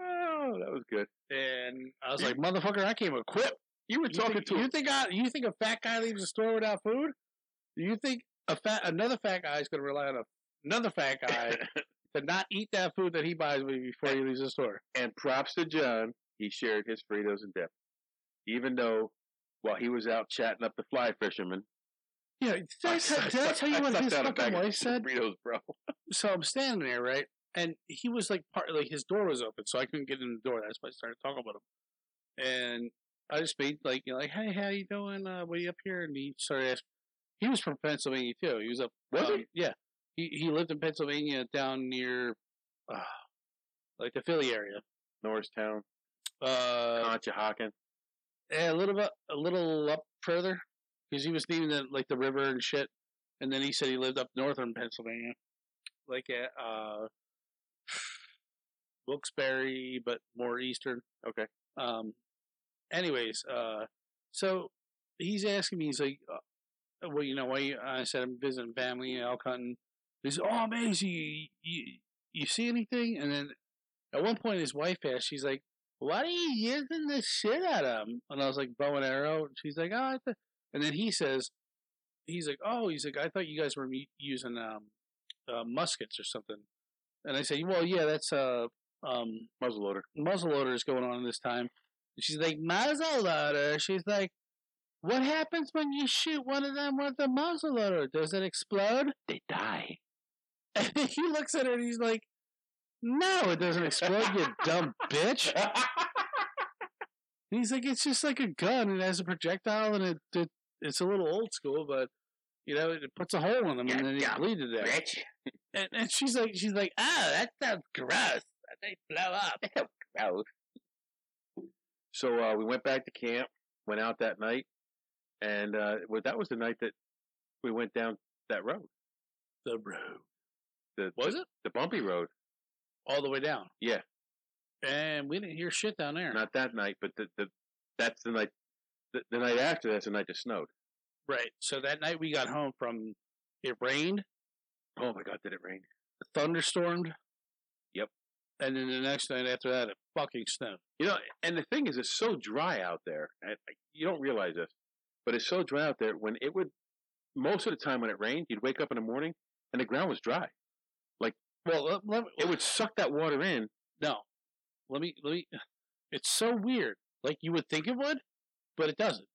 Oh, that was good. And I was like, "Motherfucker, I came equipped." You were You talking think, to you think I, you think a fat guy leaves the store without food? Do you think a fat another fat guy is going to rely on a, another fat guy to not eat that food that he buys before he leaves the store? And props to John, he shared his Fritos and dip. Even though while he was out chatting up the fly fishermen, Yeah, did I, tell- did I tell you what sucked his down a fucking bag of wife said? Fritos, bro. so I'm standing there, right? And he was like part like his door was open, so I couldn't get in the door. That's why I started talking about him. And I just made like you know, like, hey, how you doing? Uh what you up here? And he started asking he was from Pennsylvania too. He was up Was he? Um, yeah. He he lived in Pennsylvania down near uh, like the Philly area. Norristown, Uh Conshohocken. yeah, a little bit a little up further. Because he was near the like the river and shit. And then he said he lived up northern Pennsylvania. Like at uh Wilkes-Barre, but more eastern. Okay. Um, anyways, uh, so he's asking me, he's like, uh, well, you know, why? You, I said I'm visiting family in elk hunting. He's, oh, amazing. You, you, you see anything? And then at one point, his wife asked, she's like, why are you using the shit out of him? And I was like, bow and arrow. And she's like, oh, I th-. and then he says, he's like, oh, he's like, I thought you guys were mu- using um, uh, muskets or something. And I say, well, yeah, that's uh, um, Muzzleloader. muzzleloader is going on this time. And she's like, muzzleloader. She's like, what happens when you shoot one of them with a muzzleloader? Does it explode? They die. And he looks at her and he's like, no, it doesn't explode, you dumb bitch. And he's like, it's just like a gun. It has a projectile and it, it it's a little old school, but, you know, it puts a hole in him and then he Yeah, bleed to death. Rich. And, and she's like, she's like, oh, that sounds gross. They blow up. Gross. So uh, we went back to camp, went out that night, and uh, well, that was the night that we went down that road, The road. the Was it? the bumpy road. All the way down. Yeah, And we didn't hear shit down there. not that night, but the, the that's the night the, the night after. That's the night that snowed. Right. So that night we got home from it rained, Oh my God, did it rain? thunderstormed. Yep. And then the next night after that, it fucking snowed. You know, and the thing is, it's so dry out there. And I- you don't realize this, but it's so dry out there. When it would most of the time when it rained, you'd wake up in the morning and the ground was dry. Well, let, let, It would suck that water in. no. Let me let me. It's so weird. Like you would think it would, but it doesn't.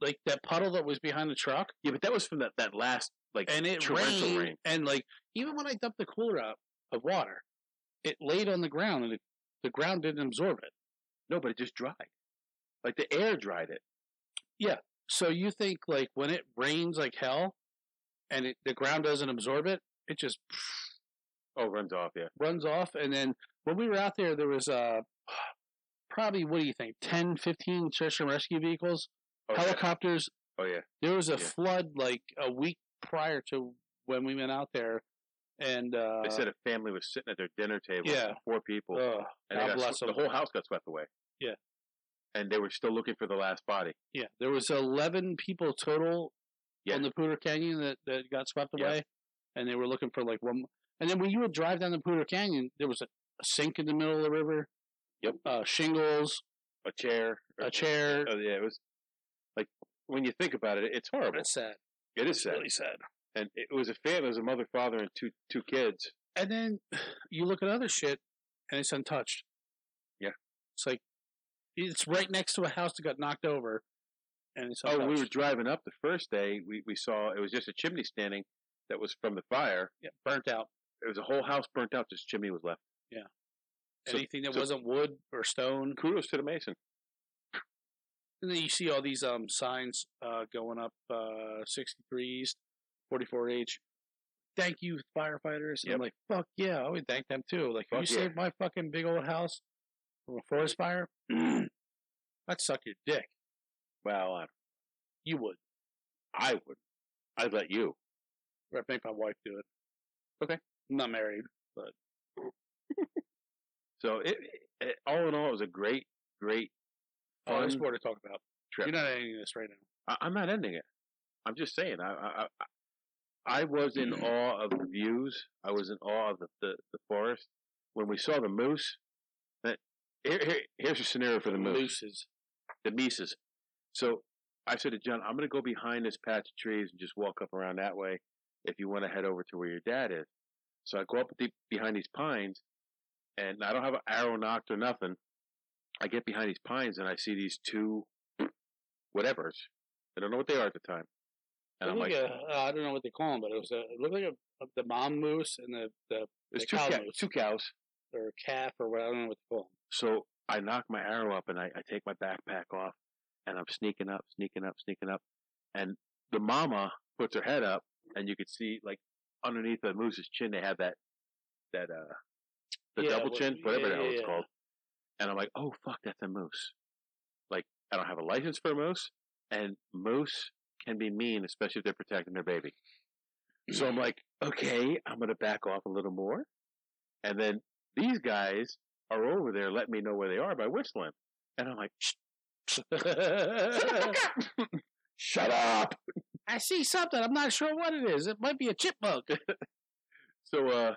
Like that puddle that was behind the truck, Yeah, but that was from that that last like and it torrential rained, rain. and like even when I dumped the cooler out of water, it laid on the ground, and it, the ground didn't absorb it. No, but it just dried. Like the air dried it. So you think like when it rains like hell, and it, the ground doesn't absorb it, it just Oh, runs off, yeah. runs off. And then when we were out there, there was uh, probably what do you think 10 15 search and rescue vehicles Oh, yeah. helicopters Oh, yeah. there was a Yeah. flood like a week prior to when we went out there and uh They said a family was sitting at their dinner table. yeah. Four people. ugh, and God they got bless swe- 'em. the whole house got swept away. Yeah. And they were still looking for the last body. yeah there was 11 people total Yeah. on the Poudre Canyon that, that got swept Yeah. away and they were looking for like one and then when you would drive down the Poudre Canyon there was a, a sink in the middle of the river Yep. uh, shingles A chair. a chair Oh, yeah, it was like when you think about it, it's horrible. that's sad it is sad. really sad And it was a family, it was a mother, father, and two two kids. and then you look at other shit and it's untouched. Yeah. It's like it's right next to a house that got knocked over and it's Oh, untouched. when we were driving up the first day, we, we saw it was just a chimney standing that was from the fire. yeah, burnt out. It was a whole house burnt out, just chimney was left. So- Anything that so- wasn't wood or stone. Kudos to the Mason. And then you see all these um signs uh going up uh 63 East, 44 H. Thank you, firefighters. And Yep. I'm like, fuck yeah, I would thank them too. Like, Fuck you yeah. saved my fucking big old house from a forest fire. I'd suck your dick. Well, I, You would. I would. I'd let you. Or I'd make my wife do it. Okay. I'm not married. So it, it all in all, it was a great, great. Oh, there's fun more to talk about. trip. You're not ending this right now. I, I'm not ending it. I'm just saying. I I, I- I was in awe of the views. I was in awe of the, the, the forest when we saw the moose. That here, here- here's a scenario for the moose. Mooses. The mises. So I said to John, I'm going to go behind this patch of trees and just walk up around that way. If you want to head over to where your dad is, so I go up the, behind these pines, and I don't have an arrow knocked or nothing. I get behind these pines and I see these two, whatever's. I don't know what they are at the time. And It I'm looked like, like a- uh, I don't know what they call them, but it was a, it looked like a, the mom moose and the, the there's the two, cow ca- moose. two cows. or calf or what I don't know what they call them. So I knock my arrow up and I, I take my backpack off and I'm sneaking up, sneaking up, sneaking up. And the mama puts her head up and you could see like underneath the moose's chin, they have that, that, uh, the Yeah, double what- chin, whatever the yeah, hell yeah, it's yeah. called. And I'm like, oh, fuck, that's a moose. Like, I don't have a license for a moose and moose can be mean, especially if they're protecting their baby. So I'm like, okay, I'm going to back off a little more. And then these guys are over there letting me know where they are by whistling. And I'm like, shut up. I see something. I'm not sure what it is. It might be a chipmunk. So uh,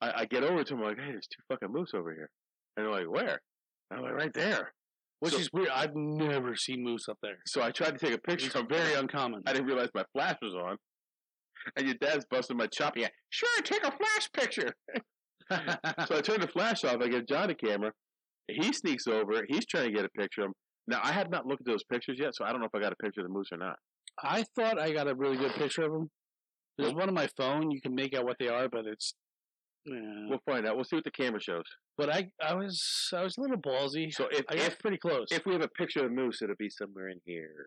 I, I get over to them, like, hey, there's two fucking moose over here. And they're like, where? And I'm like, right there. Which So- is weird. I've never seen moose up there. So I tried to take a picture. I'm very Very un- uncommon. I didn't realize my flash was on. And your dad's busting my choppy. Yeah, sure, take a flash picture. so I turn the flash off. I get John a camera. He sneaks over. He's trying to get a picture of him. Now, I have not looked at those pictures yet, so I don't know if I got a picture of the moose or not. I thought I got a really good picture of them. There's one on my phone. You can make out what they are, but it's. Yeah. We'll find out. We'll see what the camera shows. But I, I was, I was a little ballsy. So if I got if, pretty close. if we have a picture of the moose, it'll be somewhere in here.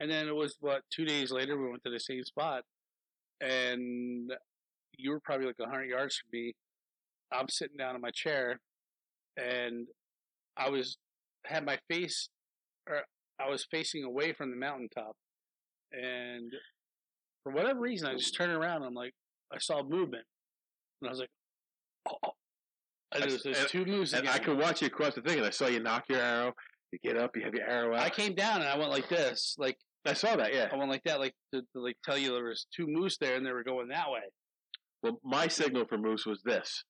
And then it was what two days later we went to the same spot, and you were probably like hundred yards from me. I'm sitting down in my chair, and I was had my face, or I was facing away from the mountaintop, and for whatever reason I just turned around. and I'm like, I saw movement, and I was like, oh. oh. And I there's s- there's and- two moves And I again. can watch you across the thing, and I saw you knock your arrow. You get up, you have your arrow out. I came down and I went like this, like. I saw that, yeah. I went like that, like to, to like tell you there was two moose there and they were going that way. Well, my signal for moose was this.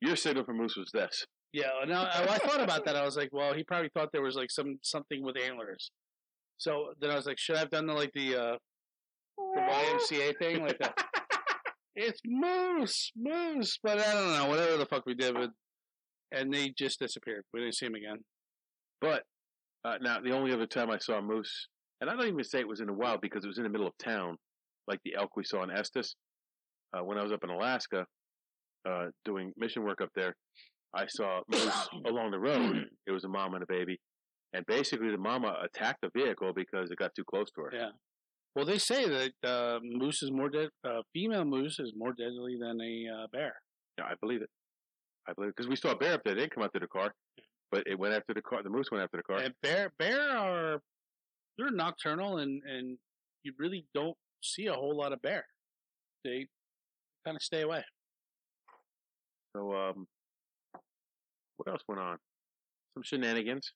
Your signal for moose was this. Yeah, and I, I, I thought about that. I was like, well, he probably thought there was like some something with antlers. So then I was like, should I have done the like the, uh, the YMCA thing like that? it's moose, moose, but I don't know whatever the fuck we did with. And they just disappeared. We didn't see him again. But uh, now, the only other time I saw a moose, and I don't even say it was in the wild because it was in the middle of town, like the elk we saw in Estes. Uh, when I was up in Alaska uh, doing mission work up there, I saw moose along the road. It was a mom and a baby. And basically, the mama attacked the vehicle because it got too close to her. Yeah. Well, they say that uh, moose is more dead. Uh, female moose is more deadly than a uh, bear. Yeah, I believe it. I believe it. Because we saw a bear up there. They didn't come out to the car. But it went after the car. The moose went after the car. And bear bear are they're nocturnal and and you really don't see a whole lot of bear. They kind of stay away. so, um, what else went on? Some shenanigans.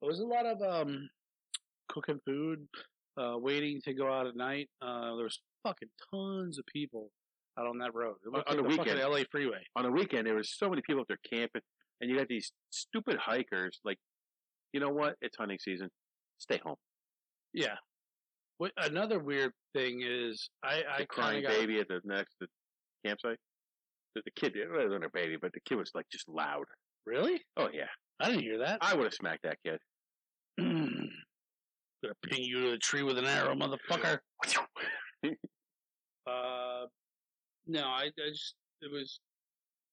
There was a lot of um cooking food, uh waiting to go out at night. Uh there was fucking tons of people out on that road. It looked on like the the fucking weekend. LA freeway. On the weekend, there was so many people up there camping, and you got these stupid hikers. Like, you know what? It's hunting season. Stay home. Yeah. What another weird thing is I I the kinda crying got- baby at the next the campsite. The, the kid, it wasn't a baby, but the kid was like just loud. Really? Oh yeah, I didn't hear that. I would have smacked that kid. Gonna pin you to the tree with an arrow, motherfucker. uh, no, I, I just it was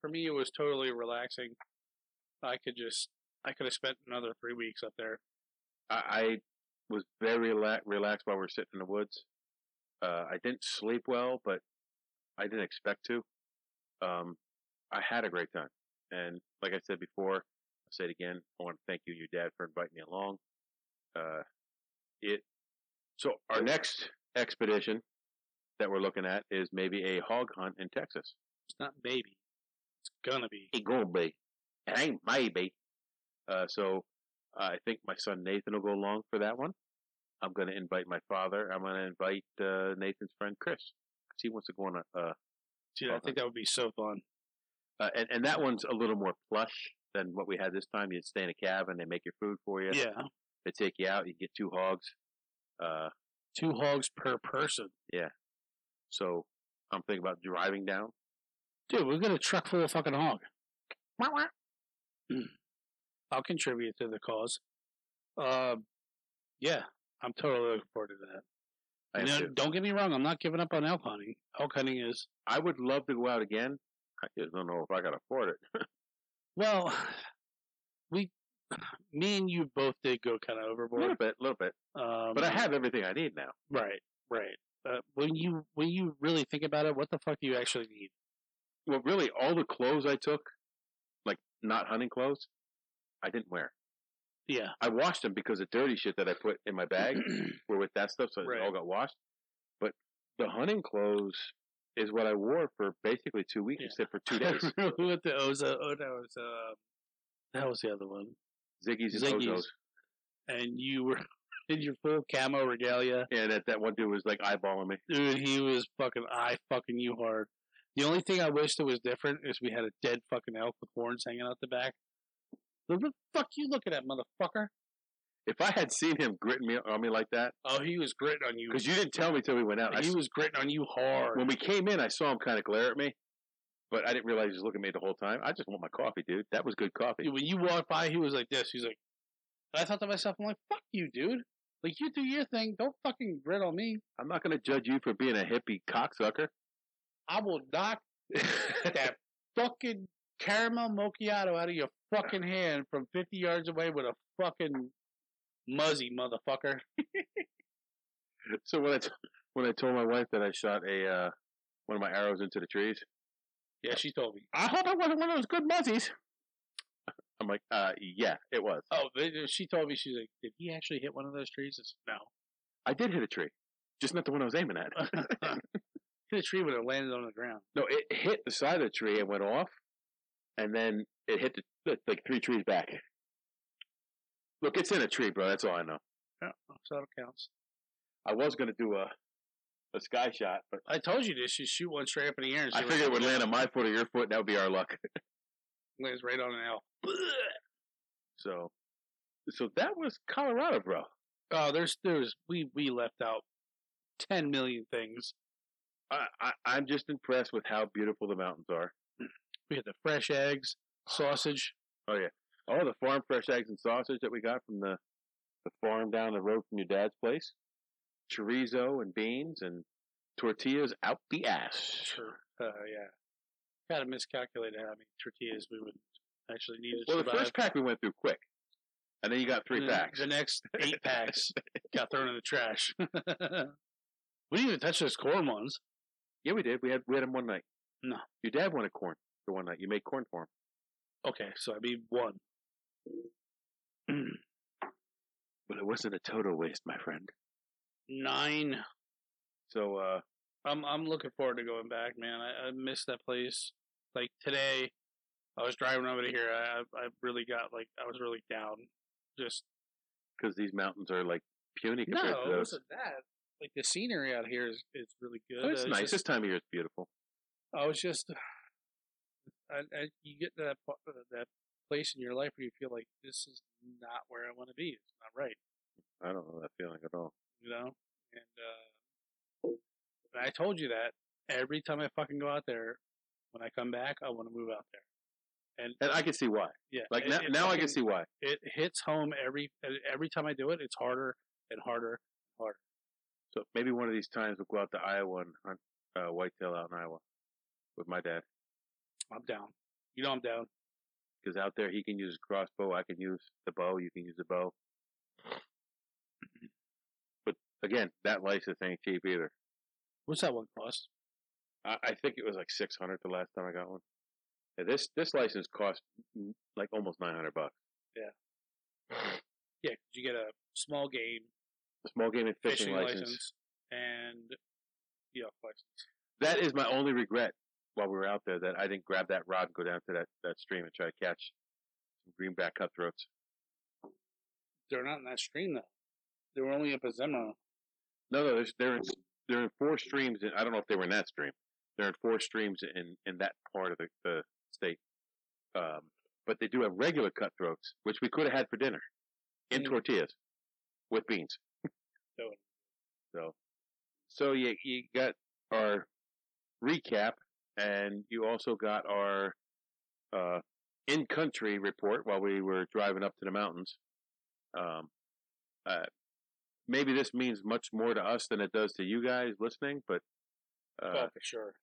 for me. It was totally relaxing. I could just I could have spent another three weeks up there. I, I was very rela- relaxed while we were sitting in the woods. Uh, I didn't sleep well, but I didn't expect to. Um, I had a great time, and like I said before, I'll say it again. I want to thank you, and your dad, for inviting me along. Uh, it. So our next expedition that we're looking at is maybe a hog hunt in Texas. It's not maybe. It's gonna be. It gonna be. It ain't maybe. Uh, so uh, I think my son Nathan will go along for that one. I'm gonna invite my father. I'm gonna invite uh, Nathan's friend Chris 'cause he wants to go on a. Uh, Dude, I think that would be so fun. uh, and and that one's a little more plush than what we had this time. You stay in a cabin. They make your food for you. Yeah, They take you out. You get two hogs. Uh, two hogs per person. so I'm thinking about driving down. Dude, we'll get a truck full of fucking hog. Hmm. I'll contribute to the cause. Uh, yeah, I'm totally looking forward to that. I am Now, too. don't get me wrong. I'm not giving up on elk hunting. Elk hunting is I would love to go out again. I just don't know if I can afford it. well, we, me and you both did go kind of A little overboard. bit, a little bit. Um, But I have everything I need now. right, right. Uh, when you when you really think about it, what the fuck do you actually need? well, really, all the clothes I took, like not hunting clothes, I didn't wear. Yeah, I washed them because the dirty shit that I put in my bag were with that stuff, so Right. it all got washed. But the hunting clothes is what I wore for basically two weeks, Yeah. except for two days. Who at the Oza? Oh, that was uh, that was the other one. Ziggy's and Ziggy's. Ozo's. And you were in your full camo regalia. And that, that one dude was like eyeballing me. Dude, he was fucking I fucking you hard. The only thing I wish that was different is we had a dead fucking elk with horns hanging out the back. What the fuck you looking at, motherfucker? If I had seen him gritting me on me like that, Oh, he was gritting on you. because you didn't tell me till we went out. I he s- was gritting on you hard. when we came in, I saw him kind of glare at me, but I didn't realize he was looking at me the whole time. I just want my coffee, dude. That was good coffee. When you walked by, he was like this. He's like, and I thought to myself, I'm like, fuck you, dude. Like, you do your thing. Don't fucking grit on me. I'm not going to judge you for being a hippie cocksucker. I will knock that fucking caramel macchiato out of your fucking hand from 50 yards away with a fucking muzzy, motherfucker. so when I t- when I told my wife that I shot a uh, one of my arrows into the trees, Yeah, she told me. I hope it wasn't one of those good muzzies. I'm like, uh, yeah, it was. Oh, they- she told me. She's like, did he actually hit one of those trees? I said, no. I did hit a tree, just not the one I was aiming at. Hit a tree, but it landed on the ground. no, it hit the side of the tree and went off, and then it hit the, the like three trees back. Look, it's in a tree, bro. That's all I know. So that counts. I was gonna do a a sky shot, but I told you this. You shoot one straight up in the air. And I see figured it what would land on my foot or your foot, and that would be our luck. lands right on an L. So, so that was Colorado, bro. Oh, there's there's we we left out ten million things. I, I, I'm just impressed with how beautiful the mountains are. We had the fresh eggs, sausage. All the farm fresh eggs and sausage that we got from the, the farm down the road from your dad's place, chorizo and beans and tortillas out the ass. Sure. Uh, yeah. Kind of miscalculated how many tortillas we would actually need to Well, the survive. first pack we went through quick, and then you got three And then packs. The next eight packs got thrown in the trash. we didn't even touch those corn ones. yeah, we did. We had we had them one night. No. your dad wanted corn for one night. You made corn for him. Okay, so I mean one. But it wasn't a total waste, my friend. Nine. So uh, I'm I'm looking forward to going back, man. I, I miss that place. Like today, I was driving over to here. I I- I really got like I was really down. Just because these mountains are like puny no, compared to it those. wasn't that. Like the scenery out here is, is really good. Oh, it's I was nice. just- This time of year it's beautiful. I was just, I, I, you get to that po- uh, that place in your life where you feel like this is not where I want to be. It's not right, I don't know that feeling at all. you know. And, uh, and I told you that every time I fucking go out there, when I come back, I want to move out there. And And I can see why. yeah, Like it- now, it now I fucking- can see why. it hits home every e-, every time I do it. It's harder and harder. So maybe one of these times we'll go out to Iowa and hunt uh, whitetail out in Iowa with my dad. I'm down. You know I'm down. Because out there he can use his crossbow, I can use the bow, you can use the bow. But again, that license ain't cheap either. What's that one cost? I, I think it was like six hundred the last time I got one. Yeah, this this license cost mm, like almost nine hundred bucks. Yeah, 'cause you get a small game Small game and fishing, fishing, license. license and yeah, license. That is my only regret while we were out there that I didn't grab that rod and go down to that, that stream and try to catch some greenback cutthroats. They're not in that stream though. They were only up at Zemra. No, no, there's, they're in, they're in four streams. In, I don't know if they were in that stream. They're in four streams in, in that part of the, the state. Um, but they do have regular cutthroats, which we could have had for dinner in Mm. tortillas with beans. Totally. so, so you, you got our recap and you also got our, uh, in country report while we were driving up to the mountains. Um, uh, maybe this means much more to us than it does to you guys listening, but uh, oh, for sure.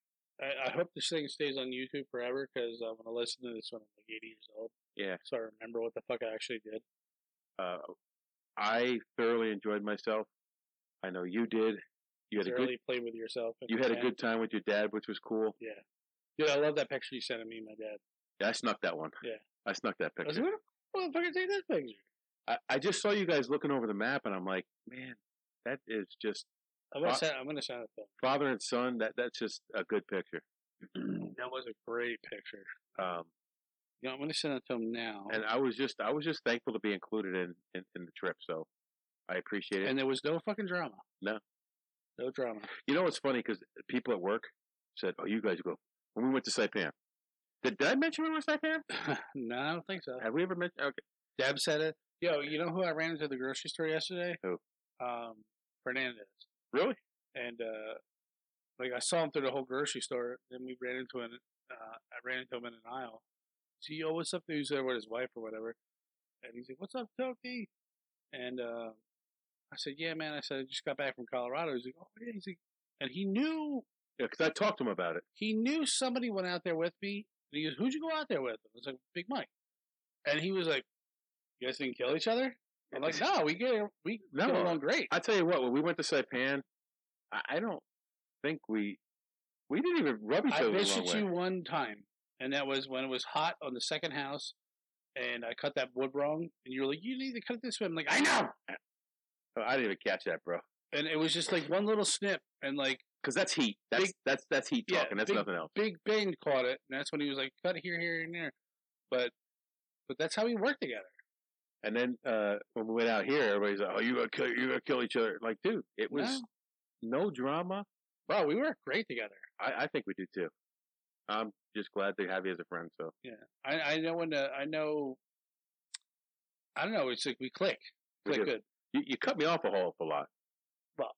I, I hope this thing stays on YouTube forever because I'm gonna listen to this when I'm like 80 years old. Yeah. So I remember what the fuck I actually did. uh, I thoroughly enjoyed myself. I know you did. You had a good Thoroughly play with yourself. and you had a plan. good time with your dad, which was cool. Dude, I love that picture you sent of me and my dad. I snuck that one. Yeah. I snuck that I was picture. like, where the fuck did I take that picture? I, I just saw you guys looking over the map, and I'm like, man, that is just I'm gonna Uh, send. I'm gonna send it though. father and son. That that's just a good picture. That was a great picture. Um, You know, I'm gonna send it to him now. and And, I was just I was just thankful to be included in in, in the trip. So I appreciate it. there was no fucking drama. No. No drama. you know what's funny because people at work said, "Oh, you guys go." When we went to Saipan, did, did I mention we were in Saipan? no, I don't think so. Have we ever mentioned? Okay, Deb said it. Yo, you know who I ran into at the grocery store yesterday? Who? Um, Fernandez. really? And uh, like I saw him through the whole grocery store. Then we ran into an. Uh, I ran into him in an aisle. So yo, what's up? dude?" He was there with his wife or whatever. And he's like, "What's up, Tokey?" And uh, I said, "Yeah, man." I said, "I just got back from Colorado." He's like, "Oh yeah." He's like, and he knew Yeah, because I talked to him about it. he knew somebody went out there with me. And he goes, Who'd you go out there with? I was like, Big Mike. And he was like, You guys didn't kill each other? I'm like, No, we get we No. get along great. I tell you what, when we went to Saipan, I, I don't think we we didn't even rub each I other the wrong visited way. you one time, and that was when it was hot on the second house, and I cut that wood wrong, and you were like, You need to cut it this way. I'm like, I know. Oh, I didn't even catch that, bro. And it was just like one little snip, and like Because that's heat. That's Big- that's that's heat Yeah, talking. that's big- nothing else. Big Ben caught it, and that's when he was like, Cut here, here, and there. But but that's how we work together. And then uh, when we went out here, everybody's like, "Oh, you gonna kill you gonna kill each other?" Like, dude, it was no, drama. Wow, we work great together. I, I think we do too. I'm just glad to have you as a friend. So I, I know when to, I know. I don't know. It's like we click, We click do. good. you, you cut me off a whole awful lot. Well.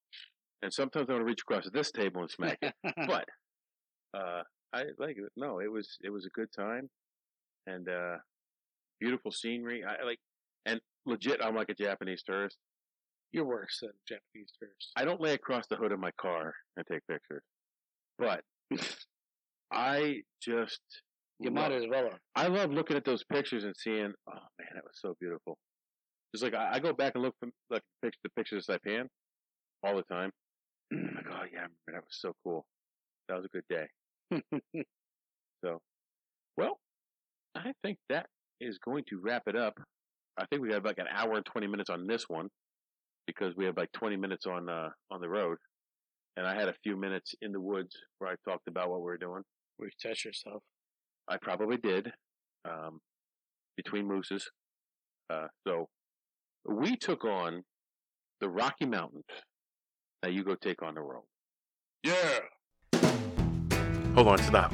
and sometimes I want to reach across this table and smack it. but uh, I like it. No, it was it was a good time, and uh, beautiful scenery. I like, and legit, I'm like a Japanese tourist. You're worse than Japanese tourists. I don't lay across the hood of my car and take pictures, but I just You love- might as well. have. I love looking at those pictures and seeing, oh man, that was so beautiful. Just like I, I go back and look from like pic- the pictures of Saipan all the time. I'm like, oh yeah, I remember that was so cool. That was a good day. so, well, I think that is going to wrap it up. I think we have like an hour and twenty minutes on this one because we have like twenty minutes on uh, on the road, and I had a few minutes in the woods where I talked about what we were doing. Where you touch yourself. I probably did um, between mooses. Uh, so we took on the Rocky Mountains. Now you go take on the world. Yeah. Hold on, stop.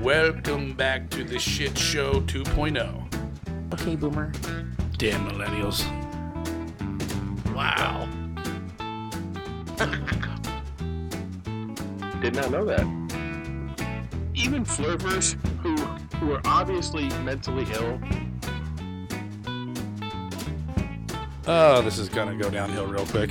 Welcome back to the shit show oh. 2.0. Okay, boomer. Damn millennials. Wow. Did not know that. Even flirters who who are obviously mentally ill Oh, this is gonna go downhill real quick.